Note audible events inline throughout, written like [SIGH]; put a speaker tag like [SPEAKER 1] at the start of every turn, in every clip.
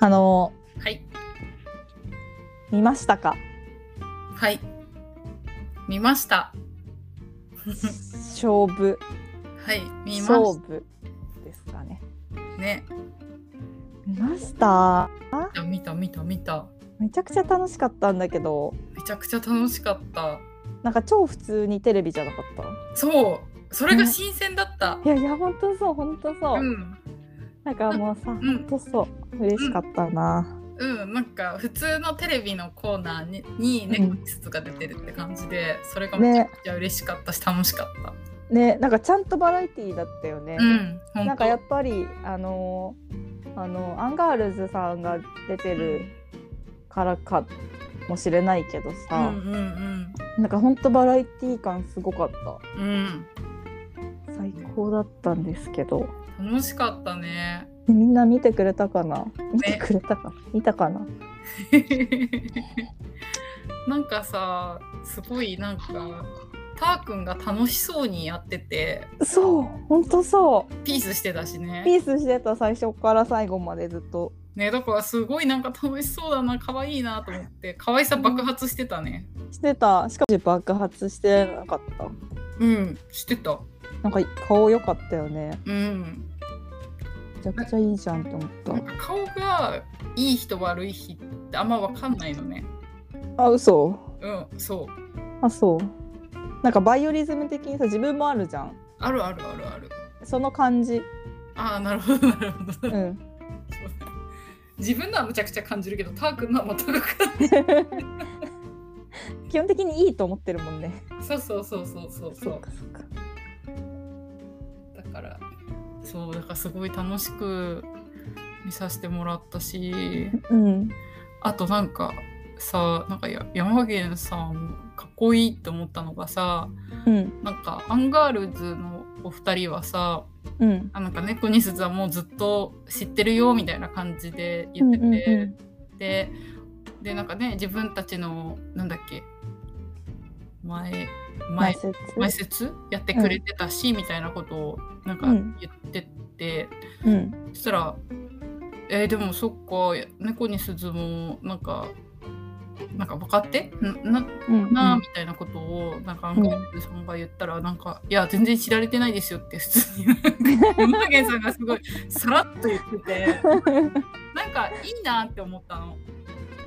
[SPEAKER 1] あの
[SPEAKER 2] はい。
[SPEAKER 1] 見ましたか
[SPEAKER 2] はい。見ました。
[SPEAKER 1] 勝負
[SPEAKER 2] はい。見ま
[SPEAKER 1] 勝
[SPEAKER 2] し
[SPEAKER 1] 負ですかね
[SPEAKER 2] たね。
[SPEAKER 1] 見ました
[SPEAKER 2] 見た見た見た。
[SPEAKER 1] めちゃくちゃ楽しかったんだけど
[SPEAKER 2] めちゃくちゃ楽しかった。
[SPEAKER 1] なんか超普通にテレビじゃなかった
[SPEAKER 2] そう。それが新鮮だった。
[SPEAKER 1] いやいや本当そう本当そう、
[SPEAKER 2] うん。
[SPEAKER 1] なんかもうさ、
[SPEAKER 2] ん
[SPEAKER 1] 本当そう嬉しかったな、
[SPEAKER 2] うん。なんか普通のテレビのコーナーににネックスが出てるって感じで、それがめちゃくちゃ嬉しかったし、楽しかった。
[SPEAKER 1] ねなんかちゃんとバラエティーだったよね、
[SPEAKER 2] うん。ほん
[SPEAKER 1] なんかやっぱりあのーあのアンガールズさんが出てるからかもしれないけど
[SPEAKER 2] うん
[SPEAKER 1] さ、
[SPEAKER 2] うん
[SPEAKER 1] なんかほんとバラエティー感すごかった
[SPEAKER 2] うん。うん。
[SPEAKER 1] 最高だったんですけど
[SPEAKER 2] 楽しかったね。
[SPEAKER 1] でみんな見てくれたかな見てくれたかな、見たかな
[SPEAKER 2] [LAUGHS] なんかさすごいなんかたーくんが楽しそうにやってて
[SPEAKER 1] そうほんとそ
[SPEAKER 2] ピースしてたし
[SPEAKER 1] うピ
[SPEAKER 2] ね
[SPEAKER 1] ースしてた最初から最後までずっと
[SPEAKER 2] ねだからすごいなんか楽しそうだな可愛いなと思って可愛さ爆発してたね
[SPEAKER 1] してたしかも爆発してなかった
[SPEAKER 2] うんしてた
[SPEAKER 1] なんか顔良かったよね
[SPEAKER 2] うん
[SPEAKER 1] めちゃくちゃいいじゃんって思った
[SPEAKER 2] なんか顔がいい人悪い人ってあんま分かんないのね
[SPEAKER 1] あ嘘
[SPEAKER 2] うんそう
[SPEAKER 1] あそうなんかバイオリズム的にさ自分もあるじゃん
[SPEAKER 2] あるあるあるある
[SPEAKER 1] その感じ
[SPEAKER 2] ああなるほどなるほど
[SPEAKER 1] うん
[SPEAKER 2] 自分のはむちゃくちゃ感じるけどたーくんのは全く感じ
[SPEAKER 1] 基本的にいいと思ってるもんね
[SPEAKER 2] そうそうそうそうそうそう
[SPEAKER 1] そうか
[SPEAKER 2] だからそうだからすごい楽しく見させてもらったし
[SPEAKER 1] うん
[SPEAKER 2] あとなんかさなんかや山源さんかっこいいって思ったのがさ
[SPEAKER 1] うん
[SPEAKER 2] なんかアンガールズのお二人はさ
[SPEAKER 1] うん
[SPEAKER 2] あなんか猫に鈴はもうずっと知ってるよみたいな感じで言ってて、
[SPEAKER 1] うんうんう
[SPEAKER 2] ででなんかね自分たちのなんだっけ前前
[SPEAKER 1] 前説
[SPEAKER 2] 前説やってくれてたし、みたいなことをなんか
[SPEAKER 1] うん
[SPEAKER 2] 言ってて、
[SPEAKER 1] うん
[SPEAKER 2] そしたら「えーでもそっか猫に鈴もなんかなんか分かってんな
[SPEAKER 1] うん
[SPEAKER 2] なみたいなことをなんかアンガールズさんが言ったらなんか「いや全然知られてないですよ」って普通に山源さんがすごいさらっと言っててなんかいいなって思ったの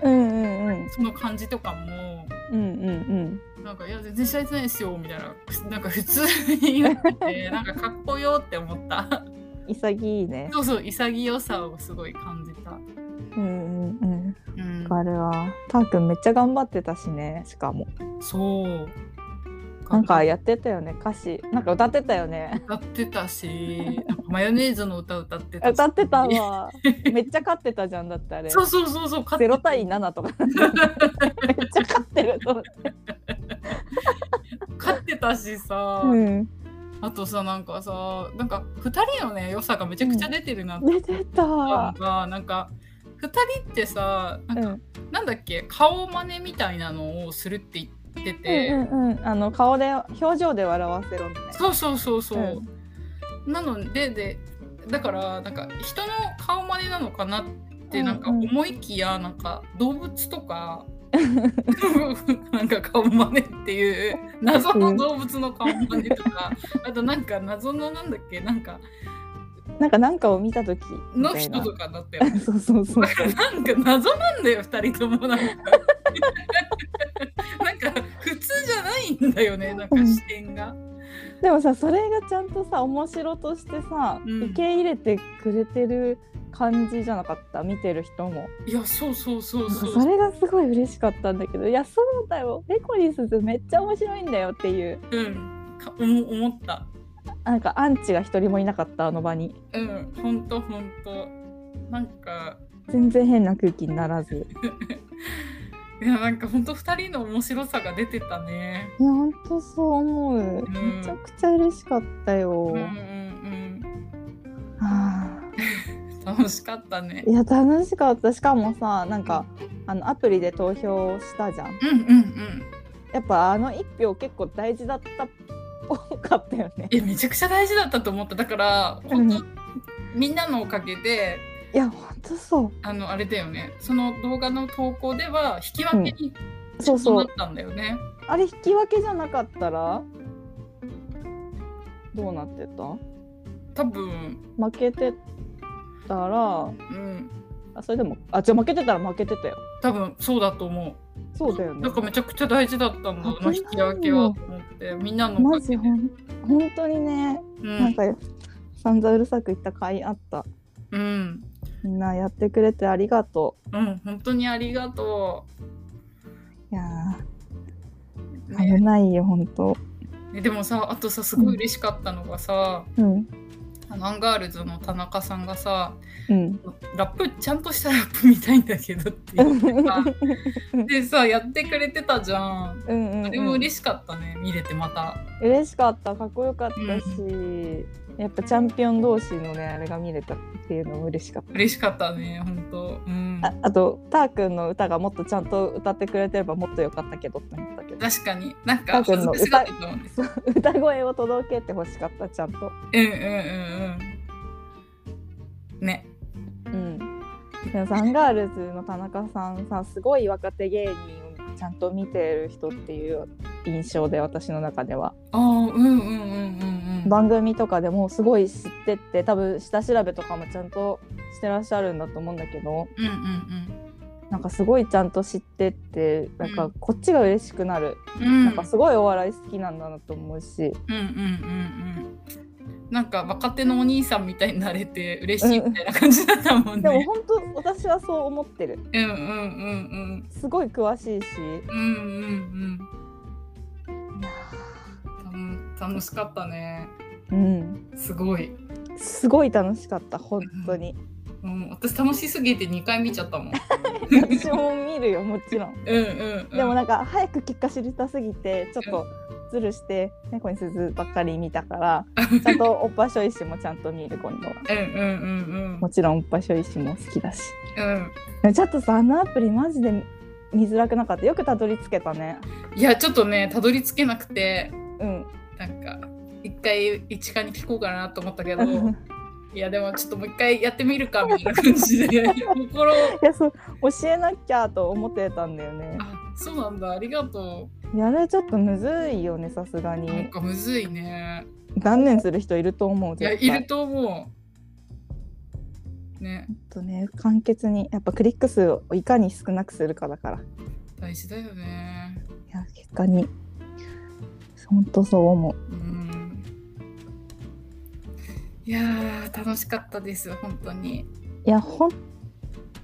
[SPEAKER 1] うんうんうん
[SPEAKER 2] その感じとかも。
[SPEAKER 1] うんうんうん
[SPEAKER 2] なんか、いや、全然知られてないですよ、みたいな、なんか普通に言ってて、なんかかっこよって思った。
[SPEAKER 1] 潔いね
[SPEAKER 2] そうそう、潔さをすごい感じた。
[SPEAKER 1] うんうんうん
[SPEAKER 2] うん
[SPEAKER 1] わ、かるわたーくんめっちゃ頑張ってたしねしかも
[SPEAKER 2] そう。
[SPEAKER 1] なんかやってたよね歌詞なんか歌ってたよね
[SPEAKER 2] 歌ってたし、 [LAUGHS] なんかマヨネーズの歌歌ってたし。
[SPEAKER 1] 歌ってたわめっちゃ勝ってたじゃんだってあれ
[SPEAKER 2] そうそうそうそう、勝
[SPEAKER 1] ゼ
[SPEAKER 2] って
[SPEAKER 1] ロ対7とかめっちゃ勝ってると思って
[SPEAKER 2] 勝ってたしさ、
[SPEAKER 1] うん
[SPEAKER 2] あとさ、なんかさ、なんか二人のね、良さがめちゃくちゃ出てるなって
[SPEAKER 1] 出て
[SPEAKER 2] 思っ
[SPEAKER 1] た
[SPEAKER 2] たのが、なんか。二人ってさ、なん
[SPEAKER 1] う
[SPEAKER 2] か
[SPEAKER 1] んうん
[SPEAKER 2] なんだっけ、顔真似みたいなのをするって言って
[SPEAKER 1] う
[SPEAKER 2] て。
[SPEAKER 1] んうんあの顔で表情で笑わせろみたいな
[SPEAKER 2] そうそうそうそう、なのででだからなんか人の顔真似なのかなってなんか
[SPEAKER 1] うんうん
[SPEAKER 2] 思いきやなんか動物とか [LAUGHS] なんか顔真似っていう謎の動物の顔真似とかあとなんか謎のなんだっけなんか
[SPEAKER 1] なんかなんかを見た時み
[SPEAKER 2] の
[SPEAKER 1] たい
[SPEAKER 2] 人
[SPEAKER 1] な
[SPEAKER 2] とかだったよね
[SPEAKER 1] そうそうそう
[SPEAKER 2] なんか謎なんだよ2人ともなんかなんか普通じゃないんだよねなんか視点が。
[SPEAKER 1] でもさそれがちゃんとさ面白としてさ、
[SPEAKER 2] うん
[SPEAKER 1] 受け入れてくれてる感じじゃなかった見てる人も
[SPEAKER 2] いやそうそうそうそう
[SPEAKER 1] それがすごい嬉しかったんだけどいやそうだよエコリスズめっちゃ面白いんだよっていう
[SPEAKER 2] うん、か思思った。
[SPEAKER 1] なんかアンチが一人もいなかったあの場に
[SPEAKER 2] うん、ほんとほんと。なんか、
[SPEAKER 1] 全然変な空気にならず
[SPEAKER 2] いや、なんかほんと2人の面白さが出てたね。
[SPEAKER 1] いやほんとそう思う、めちゃくちゃ嬉しかったよ、
[SPEAKER 2] うんうん
[SPEAKER 1] はあ
[SPEAKER 2] うん。楽しかったね
[SPEAKER 1] い。や楽しかったしかもさなんかあのアプリで投票したじゃん
[SPEAKER 2] うんうんうん。
[SPEAKER 1] やっぱあの一票結構大事だったっぽかったよね。
[SPEAKER 2] え、めちゃくちゃ大事だったと思った。だから、ほんと、みんなのおかげで、
[SPEAKER 1] いいや本当そう
[SPEAKER 2] あのあれだよねその動画の投稿では引き分けに
[SPEAKER 1] そう
[SPEAKER 2] そ
[SPEAKER 1] そうう
[SPEAKER 2] なったんだよね、
[SPEAKER 1] あれ引き分けじゃなかったらどうなってた
[SPEAKER 2] 多分
[SPEAKER 1] 負けてたら
[SPEAKER 2] うん
[SPEAKER 1] あそれでもあじゃあ負けてたら負けてたよ
[SPEAKER 2] 多分そうだと思う
[SPEAKER 1] そうだよね
[SPEAKER 2] なんかめちゃくちゃ大事だったんだ
[SPEAKER 1] 危
[SPEAKER 2] な
[SPEAKER 1] ないよ
[SPEAKER 2] 引き分けはと思ってみんなのおか
[SPEAKER 1] マ
[SPEAKER 2] げで
[SPEAKER 1] ジほん本当にね
[SPEAKER 2] う
[SPEAKER 1] なん
[SPEAKER 2] ん
[SPEAKER 1] か散々うるさく言った甲斐あった
[SPEAKER 2] うん
[SPEAKER 1] みんなやってくれてありがと
[SPEAKER 2] うん本当にありがと
[SPEAKER 1] ういや
[SPEAKER 2] う、
[SPEAKER 1] ー危
[SPEAKER 2] ね、
[SPEAKER 1] ないよ本当
[SPEAKER 2] でもさあとさすごい嬉しかったのがさ、
[SPEAKER 1] うん
[SPEAKER 2] あのアンガールズの田中さんがさ
[SPEAKER 1] うん
[SPEAKER 2] ラップちゃんとしたラップみたいんだけどって言って
[SPEAKER 1] [LAUGHS]
[SPEAKER 2] さでさやってくれてたじゃん
[SPEAKER 1] うんうん、
[SPEAKER 2] あれも
[SPEAKER 1] うん、
[SPEAKER 2] 嬉しかったね、見れてまた
[SPEAKER 1] 嬉しかったかっこよかったし、やっぱチャンピオン同士のねあれが見れたっていうのも嬉しかった
[SPEAKER 2] 嬉しかったね本当うん
[SPEAKER 1] ああとたーくんの歌がもっとちゃんと歌ってくれてればもっと良かったけどって思ったけど
[SPEAKER 2] 確かになんか
[SPEAKER 1] 多分
[SPEAKER 2] 恥ず
[SPEAKER 1] の
[SPEAKER 2] かしがってたもんね
[SPEAKER 1] そう歌声を届けてほしかったちゃんと
[SPEAKER 2] うんうんうんうんね
[SPEAKER 1] うんでもさアンガールズの田中さんさすごい若手芸人をちゃんと見てる人っていう印象で私の中では
[SPEAKER 2] ああうんうんうんうんうん
[SPEAKER 1] 番組とかでもすごい知ってって多分下調べとかもちゃんとしてらっしゃるんだと思うんだけど
[SPEAKER 2] うんうんうん
[SPEAKER 1] なんかすごいちゃんと知ってってなん
[SPEAKER 2] う
[SPEAKER 1] か
[SPEAKER 2] ん
[SPEAKER 1] こっちが嬉しくなる、
[SPEAKER 2] うん
[SPEAKER 1] なんかすごいお笑い好きなんだなと思うし、
[SPEAKER 2] うんうんうんうんなんか若手のお兄さんみたいになれて嬉しいみたいな感じだったもん
[SPEAKER 1] でも
[SPEAKER 2] ね。
[SPEAKER 1] 本当私はそう思ってる
[SPEAKER 2] うんうんうん
[SPEAKER 1] すごい詳しいし
[SPEAKER 2] うんうんうんうん楽楽しかったね
[SPEAKER 1] うん
[SPEAKER 2] すごい、
[SPEAKER 1] すごい楽しかった本当に
[SPEAKER 2] うん、私楽しすぎて2回見ちゃったもん
[SPEAKER 1] 私も見るよもちろん
[SPEAKER 2] うんうん、うん、
[SPEAKER 1] でもなんか早く結果知りたすぎてちょっとズルして猫に鈴ばっかり見たからちゃんとおっぱしょいしもちゃんと見る今度は
[SPEAKER 2] うんうんうん
[SPEAKER 1] もちろんおっぱしょいしも好きだし
[SPEAKER 2] うんうん
[SPEAKER 1] ちょっとさあのアプリマジで見づらくなかったよくたどり着けたね
[SPEAKER 2] いやちょっとねたどり着けなくて
[SPEAKER 1] うん
[SPEAKER 2] なんか一回一課に聞こうかなと思ったけど
[SPEAKER 1] [LAUGHS] い
[SPEAKER 2] いやでもちょっともう一回やってみるかみたいな感じで心を
[SPEAKER 1] やそう教えなきゃと思ってたんだよね
[SPEAKER 2] あそうなんだありがと
[SPEAKER 1] いやあれちょっとむずいよねさすが
[SPEAKER 2] うなん
[SPEAKER 1] に
[SPEAKER 2] かむずいね
[SPEAKER 1] 断念する人いると思う
[SPEAKER 2] いや
[SPEAKER 1] 絶
[SPEAKER 2] い
[SPEAKER 1] 対
[SPEAKER 2] ると思うね
[SPEAKER 1] ほんとね簡潔にやっぱクリック数をいかに少なくするかだからい
[SPEAKER 2] 大事だよね
[SPEAKER 1] や結果にほんとそう思う
[SPEAKER 2] うんいやー楽しかったです本当に
[SPEAKER 1] いや本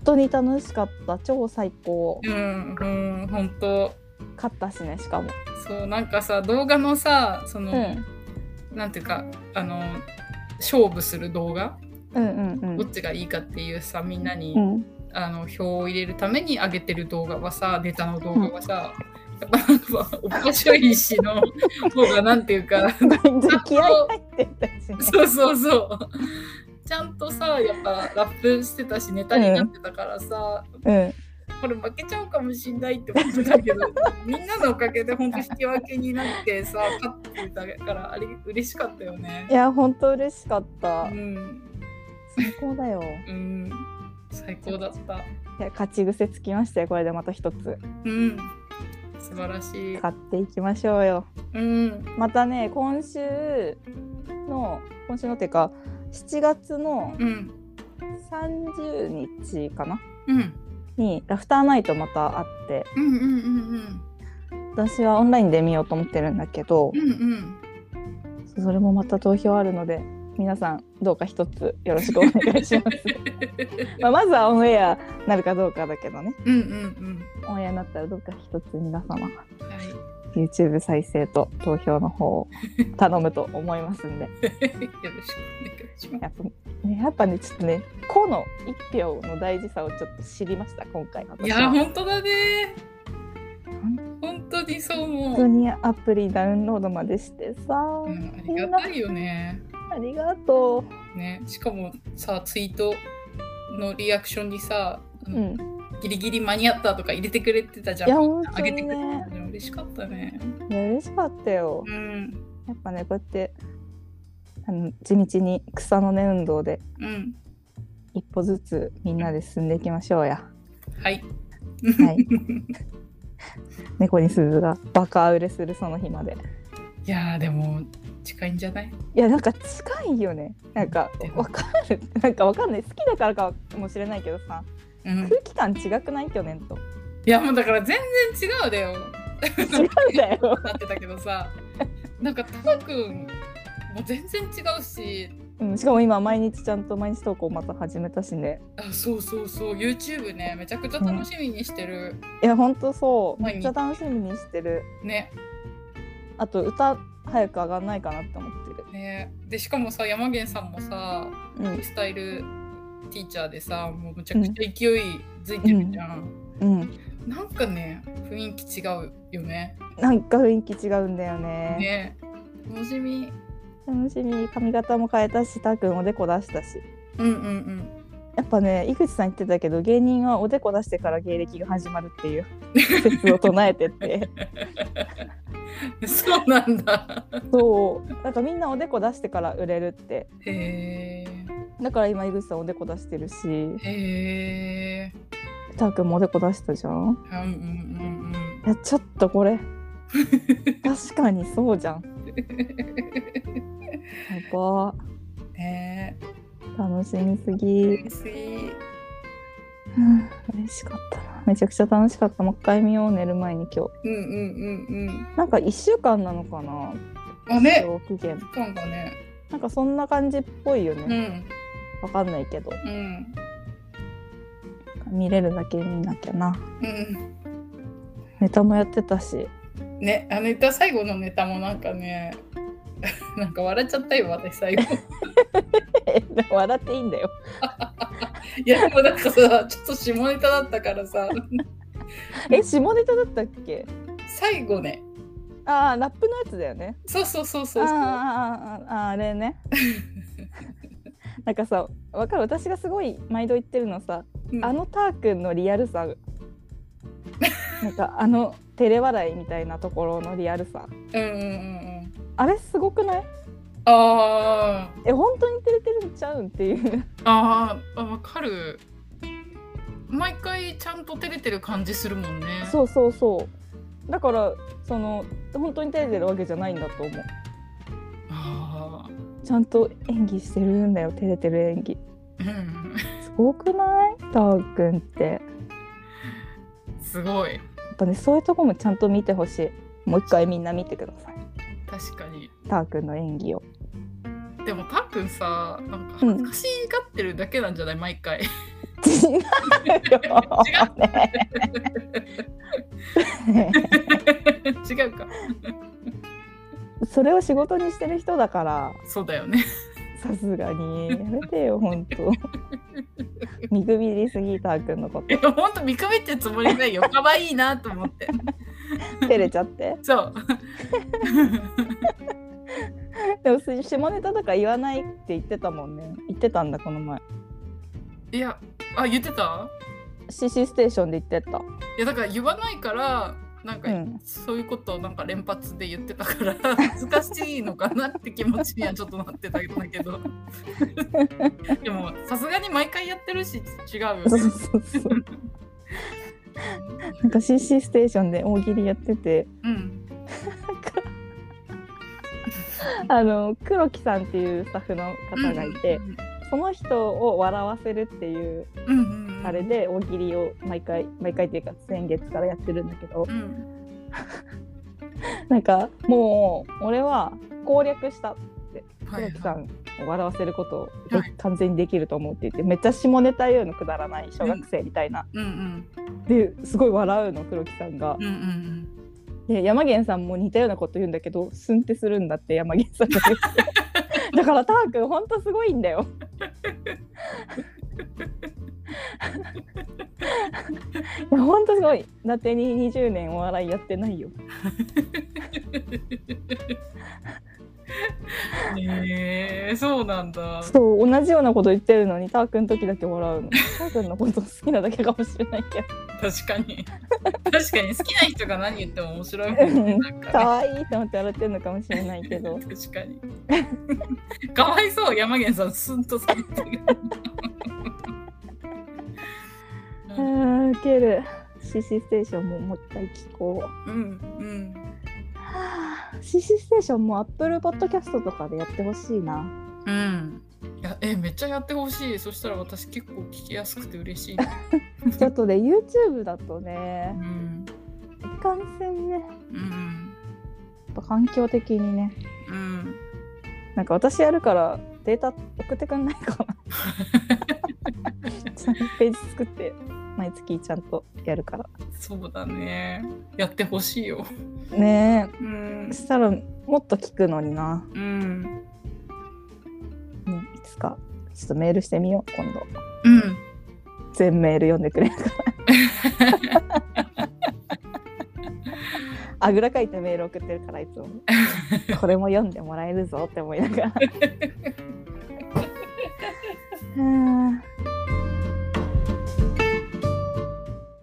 [SPEAKER 1] 当に楽しかった超最高
[SPEAKER 2] うんうん本当
[SPEAKER 1] 勝ったしねしかも
[SPEAKER 2] そうなんかさ動画のさその、
[SPEAKER 1] うん
[SPEAKER 2] なんていうかあの勝負する動画
[SPEAKER 1] うんうん
[SPEAKER 2] どっちがいいかっていうさみんなに、
[SPEAKER 1] う
[SPEAKER 2] [LAUGHS]
[SPEAKER 1] んうん
[SPEAKER 2] あの票を入れるために上げてる動画はさネタの動画はさ、やっぱなんかおかしいしの方がなんていうか
[SPEAKER 1] 気合入ってたしね
[SPEAKER 2] そうそうそうちゃんとさやっぱラップしてたしネタになってたからさ、 [LAUGHS]
[SPEAKER 1] うん
[SPEAKER 2] これ負けちゃうかもしんないって思ってたけどみんなのおかげで本当引き分けになってさ勝ってたからあれ嬉しかったよね
[SPEAKER 1] い。や本当嬉しかった
[SPEAKER 2] うん、
[SPEAKER 1] 最高だよい
[SPEAKER 2] うん、最高だった。
[SPEAKER 1] や勝ち癖つきましたよこれでまた一つ
[SPEAKER 2] うん、素晴らしい。
[SPEAKER 1] 買っていきましょうよ
[SPEAKER 2] うん、
[SPEAKER 1] またね今週の今週のっていうか7月の
[SPEAKER 2] うん、
[SPEAKER 1] 30日かな
[SPEAKER 2] うん。
[SPEAKER 1] にラフターナイトまたあって
[SPEAKER 2] うんうんうん
[SPEAKER 1] 私はオンラインで見ようと思ってるんだけど、
[SPEAKER 2] うんうんうん
[SPEAKER 1] それもまた投票あるので皆さんどうか一つよろしくお願い
[SPEAKER 2] [LAUGHS]
[SPEAKER 1] しますまあまずはオンエアなるかどうかだけどね
[SPEAKER 2] うんうん
[SPEAKER 1] オンエアになったらどうか一つ皆様
[SPEAKER 2] うんはい
[SPEAKER 1] YouTube 再生と投票の方を頼むと思いますんで
[SPEAKER 2] よろしくお願いしま
[SPEAKER 1] やっぱ,、ね、やっぱねちょっとね個の一票の大事さをちょっと知りました今回
[SPEAKER 2] すい
[SPEAKER 1] 私
[SPEAKER 2] や
[SPEAKER 1] は
[SPEAKER 2] 本当だね本当にそう
[SPEAKER 1] 本
[SPEAKER 2] 思
[SPEAKER 1] 当
[SPEAKER 2] う、
[SPEAKER 1] にアプリダウンロードまでしてさ、
[SPEAKER 2] うん、ありがたいよね
[SPEAKER 1] ありがと
[SPEAKER 2] ねしかもさツイートのリアクションにさ、あ
[SPEAKER 1] う、
[SPEAKER 2] の
[SPEAKER 1] うん、
[SPEAKER 2] ギリギリ間に合ったとか入れてくれてたじゃん
[SPEAKER 1] いや本当
[SPEAKER 2] あげて
[SPEAKER 1] に
[SPEAKER 2] くれて
[SPEAKER 1] ね
[SPEAKER 2] たじゃん嬉しかったね
[SPEAKER 1] いや嬉しかったよ、
[SPEAKER 2] うん
[SPEAKER 1] やっぱねこうやってあの地道に草の根運動で
[SPEAKER 2] うん
[SPEAKER 1] 一歩ずつみんなで進んでいきましょうや。
[SPEAKER 2] はい。
[SPEAKER 1] はい、猫に鈴がバカ売れするその日まで。
[SPEAKER 2] いやーでも近いんじゃない
[SPEAKER 1] いやなんか近いよね。なんかわかる。なんかわかんない。好きだからかもしれないけどさ、
[SPEAKER 2] うん。
[SPEAKER 1] 空気感違くない去年と。
[SPEAKER 2] いやもうだから全然違うだよ。
[SPEAKER 1] 違うんだよ。
[SPEAKER 2] なってたけどさ、 [LAUGHS] なんかタカ君も全然違うし、
[SPEAKER 1] うん、しかも今毎日ちゃんと毎日投稿また始めたしね。
[SPEAKER 2] あそうそうそう YouTube ねめちゃくちゃ楽しみにしてる、
[SPEAKER 1] いやほんとそう。
[SPEAKER 2] 毎
[SPEAKER 1] めっ
[SPEAKER 2] 日
[SPEAKER 1] ちゃ楽しみにしてる。
[SPEAKER 2] ね
[SPEAKER 1] あと歌早く上がんないかなって思ってる。
[SPEAKER 2] ねでしかもさ山源さんもさ
[SPEAKER 1] う
[SPEAKER 2] フリースタイルティーチャーでさもうむちゃくちゃ勢いづいてるじゃん、
[SPEAKER 1] んうん。
[SPEAKER 2] なんかね雰囲気違うよね
[SPEAKER 1] なんか雰囲気違うんだよね。
[SPEAKER 2] ね楽しみ
[SPEAKER 1] 楽しみ髪型も変えたしたくんおでこ出したし。
[SPEAKER 2] うんうんうん
[SPEAKER 1] やっぱね井口さん言ってたけど芸人はおでこ出してから芸歴が始まるって [LAUGHS] いう説を唱えてて
[SPEAKER 2] そうなん [LAUGHS] だ
[SPEAKER 1] そうなんかみんなおでこ出してから売れるって
[SPEAKER 2] へ
[SPEAKER 1] だから今井口さんおでこ出してるし
[SPEAKER 2] えへえ
[SPEAKER 1] たーくんもおでこ出したじゃん
[SPEAKER 2] うんうんうんうん
[SPEAKER 1] いやちょっとこれ確かにそうじゃんやば
[SPEAKER 2] ね
[SPEAKER 1] 楽しみす
[SPEAKER 2] え
[SPEAKER 1] ぎ
[SPEAKER 2] 嬉しい
[SPEAKER 1] うん嬉しかったなめちゃくちゃ楽しかったもう一回見よう寝る前に今日
[SPEAKER 2] うんうんうんうん
[SPEAKER 1] なんか1週間なのかな
[SPEAKER 2] あね
[SPEAKER 1] 賞期限
[SPEAKER 2] なんかね
[SPEAKER 1] なんかそんな感じっぽいよ
[SPEAKER 2] う
[SPEAKER 1] ね
[SPEAKER 2] ん
[SPEAKER 1] わかんないけど
[SPEAKER 2] うん
[SPEAKER 1] 見れるだけ見なきゃな
[SPEAKER 2] う
[SPEAKER 1] ネタもやってたし [LAUGHS]
[SPEAKER 2] んね、あのネタ最後のネタもなんかね [LAUGHS] なんか笑っちゃったよ私最後 [LAUGHS]
[SPEAKER 1] 笑っていいんだよ
[SPEAKER 2] いやでもなんかさちょっと下ネタだったからさ [LAUGHS]
[SPEAKER 1] え下ネタだったっけ
[SPEAKER 2] 最後ね
[SPEAKER 1] ああラップのやつだよね
[SPEAKER 2] そうそうそう
[SPEAKER 1] あ
[SPEAKER 2] そ
[SPEAKER 1] ー
[SPEAKER 2] う
[SPEAKER 1] あ
[SPEAKER 2] そう
[SPEAKER 1] ーあーあーあれねなんかさわかる私がすごい毎度言ってるのさ、
[SPEAKER 2] うん
[SPEAKER 1] あのターくんのリアルさなんかあの照れ笑いみたいなところのリアルさ
[SPEAKER 2] うんうんうんうん
[SPEAKER 1] あれすごくない
[SPEAKER 2] あー
[SPEAKER 1] え本当に照れてるんちゃうんっていう
[SPEAKER 2] あーあわかる毎回ちゃんと照れてる感じするもんね
[SPEAKER 1] そうそうそうだからその本当に照れてるわけじゃないんだと思う
[SPEAKER 2] あ
[SPEAKER 1] ちゃんと演技してるんだよ照れてる演技
[SPEAKER 2] ーうん [LAUGHS]
[SPEAKER 1] すごくないたーくんってや
[SPEAKER 2] すごい
[SPEAKER 1] っぱねそういうとこもちゃんと見てほしいもう一回みんな見てください
[SPEAKER 2] 確かに
[SPEAKER 1] たーくんの演技を
[SPEAKER 2] でもたっくんさなんか恥ずかしがってるだけなんじゃない毎回 [LAUGHS]
[SPEAKER 1] 違うよねね
[SPEAKER 2] 違うか
[SPEAKER 1] [LAUGHS] それを仕事にしてる人だから
[SPEAKER 2] そうだよね [LAUGHS]
[SPEAKER 1] さすがにやめてよほんと見くびりすぎたーくんのこ
[SPEAKER 2] いや本当見くびってるつもり
[SPEAKER 1] [LAUGHS]
[SPEAKER 2] ないよ可愛いなと思って
[SPEAKER 1] と照れちゃって
[SPEAKER 2] そう
[SPEAKER 1] でも下ネタとか言わないって言ってたもんね言ってたんだこの前
[SPEAKER 2] いやあ言ってた
[SPEAKER 1] CC ステーションで言ってた
[SPEAKER 2] いやだから言わないからなんか、
[SPEAKER 1] うん
[SPEAKER 2] そういうことをなんか連発で言ってたから [LAUGHS] 恥ずかしいのかなって気持ちにはちょっとなってたんだけ
[SPEAKER 1] [LAUGHS]
[SPEAKER 2] どでもさすがに毎回やってるし違うよ
[SPEAKER 1] そうそうそうなんか CC ステーションで大喜利やってて
[SPEAKER 2] うん
[SPEAKER 1] あの黒木さんっていうスタッフの方がいて、その人を笑わせるっていう
[SPEAKER 2] うんうんうんうん
[SPEAKER 1] あれで大喜利を毎回毎回っていうか先月からやってるんだけど
[SPEAKER 2] うん
[SPEAKER 1] なんかもう俺は攻略した
[SPEAKER 2] はいは
[SPEAKER 1] 黒
[SPEAKER 2] い
[SPEAKER 1] 木さんを笑わせることをで
[SPEAKER 2] はい
[SPEAKER 1] 完全にできると思うって言ってめっちゃ下ネタ言うのくだらない小学生みたいな、
[SPEAKER 2] うんうん
[SPEAKER 1] ですごい笑うの黒木さんが
[SPEAKER 2] うんうんうん
[SPEAKER 1] で山源さんも似たようなこと言うんだけどスンってするんだって山源さんが言ってだからターくんほんとすごいんだよいやほんとすごい伊達に20年お笑いやってないよ
[SPEAKER 2] へえそうなんだ
[SPEAKER 1] そう同じようなこと言ってるのにターくんの時だけ笑うのターくんのこと好きなだけかもしれないけど
[SPEAKER 2] 確か
[SPEAKER 1] [LAUGHS]
[SPEAKER 2] に確かに好きな人が何言っても面白いもんねなんかね
[SPEAKER 1] 可愛いと思って笑ってるのかもしれないけど
[SPEAKER 2] 確かにかわいそう山源さんすんとされてる
[SPEAKER 1] あーウケる CC ステーションももう一回聞こう
[SPEAKER 2] うんうん
[SPEAKER 1] はあ CC ステーションも Apple Podcast とかでやってほしいな
[SPEAKER 2] うんいやえめっちゃやってほしいそしたら私結構聞きやすくて嬉しい、
[SPEAKER 1] ちょっとね YouTube だと
[SPEAKER 2] う
[SPEAKER 1] ね
[SPEAKER 2] ん、
[SPEAKER 1] いかんせんねや
[SPEAKER 2] うん
[SPEAKER 1] っぱ環境的にね
[SPEAKER 2] うん
[SPEAKER 1] なんか私やるからデータ送ってくんないかなちゃんとページ作って毎月ちゃんとやるから
[SPEAKER 2] そうだねやってほしいよ
[SPEAKER 1] ね
[SPEAKER 2] うん
[SPEAKER 1] えそしたらもっと聞くのにな、
[SPEAKER 2] うん
[SPEAKER 1] ね、いつかちょっとメールしてみよう今度
[SPEAKER 2] うん
[SPEAKER 1] 全メール読んでくれるからあぐらかいてメール送ってるからいつもこれも読んでもらえるぞって思いながらうーん